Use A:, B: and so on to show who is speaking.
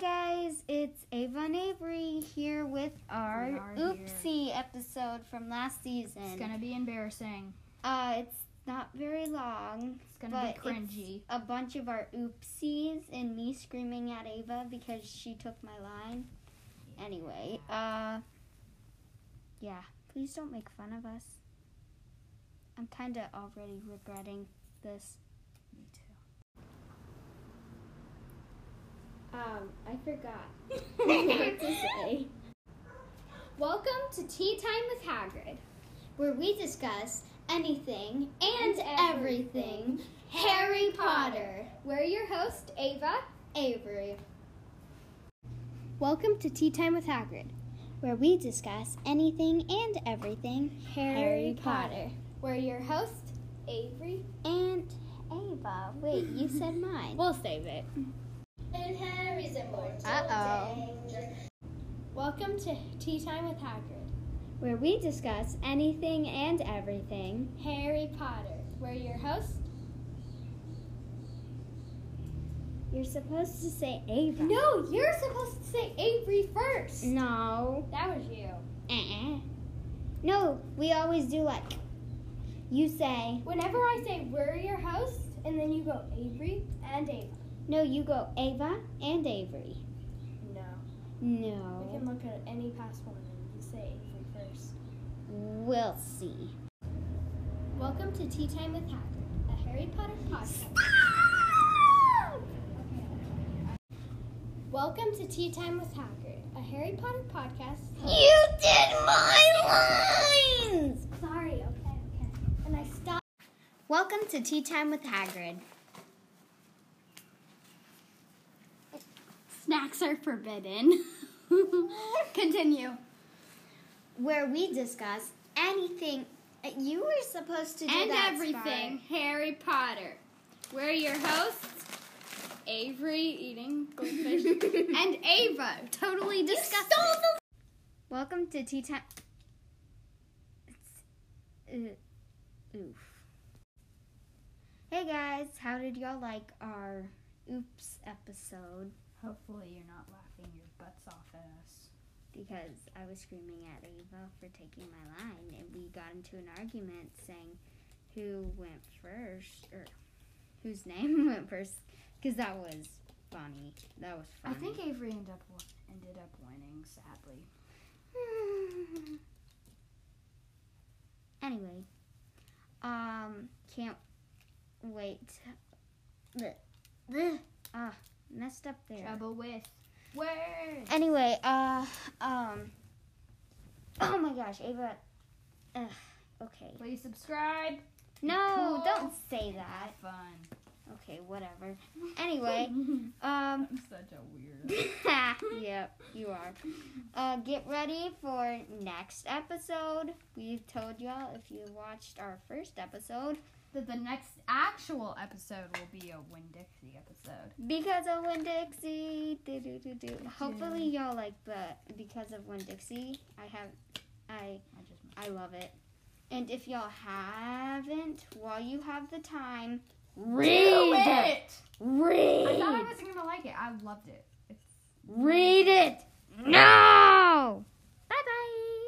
A: guys, it's Ava and Avery here with
B: We
A: our
B: are
A: oopsie episode from last season.
B: It's gonna be embarrassing.
A: uh, it's not very long.
B: It's gonna
A: But
B: be
A: it's-
B: cringy.
A: A bunch of our oopsies and me screaming at Ava because she took my line. Anyway, uh, yeah, please don't make fun of us. I'm kind of already regretting this.
B: Me too.
A: Um, I forgot
C: Welcome to Tea Time with Hagrid, where we discuss anything and, everything, Harry Potter. We're your host, Ava Avery. Welcome to Tea Time with Hagrid, where we discuss anything and everything Harry, Potter. We're your host, Avery and Ava. Wait, you said mine.
A: We'll save it.
C: And Harry's immortal
A: Uh-oh.
C: danger. Welcome to Tea Time with Hagrid,
A: Where we discuss anything and everything.
C: Harry Potter. We're your host.
A: You're supposed to say Ava.
C: No, you're supposed to say Avery first.
B: Mm.
A: No.
C: That was you.
A: Uh-uh. No, we always do like you say.
C: Whenever I say we're your host, and then you go Avery and Ava.
A: No, you go Ava and Avery.
C: No, we
A: No.
C: can look at any past one and you say Avery first.
A: We'll see.
C: Welcome to Tea Time with Hagrid, a Harry Potter podcast. Welcome to Tea Time with Hagrid, a Harry Potter podcast.
A: You did my lines!
C: Sorry, okay, okay. And I stopped.
A: Welcome to Tea Time with Hagrid.
B: Snacks are forbidden. Continue.
A: Where we discuss anything. Uh, You were supposed to do
B: and
A: that,
B: everything Harry Potter. We're your hosts, Avery eating goldfish and Ava. Totally disgusting.
A: Welcome to Tea Time. It's, uh, oof. Hey guys, how did y'all like our oops episode?
B: Hopefully you're not laughing your butts off at us.
A: Because I was screaming at Ava for taking my line, and we got into an argument saying who went first or whose name went first. Because that was funny. That was
B: I
A: funny.
B: think Avery ended up ended up winning. Sadly,
A: anyway, um, can't wait. Blech. Blech. Ah, messed up there.
B: trouble with words.
A: Anyway, uh, um, oh my gosh, Ava. Ugh, okay.
B: Please subscribe.
A: No,
B: Cool.
A: don't say that.
B: Fun.
A: Okay, whatever. Anyway, um,
B: I'm such a weirdo.
A: yep, you are. Uh, get ready for next episode. We've told y'all if you watched our first episode
B: that the next actual episode will be a Win Dixie episode.
A: because of Win Dixie. Do, do, do, do. Hopefully y'all like but because of Win Dixie. I have, I
B: I just
A: I love it. And if y'all haven't, while you have the time, read,
B: it.
A: read,
B: I thought I wasn't gonna like it. I loved it. It's
A: read it now. Bye bye.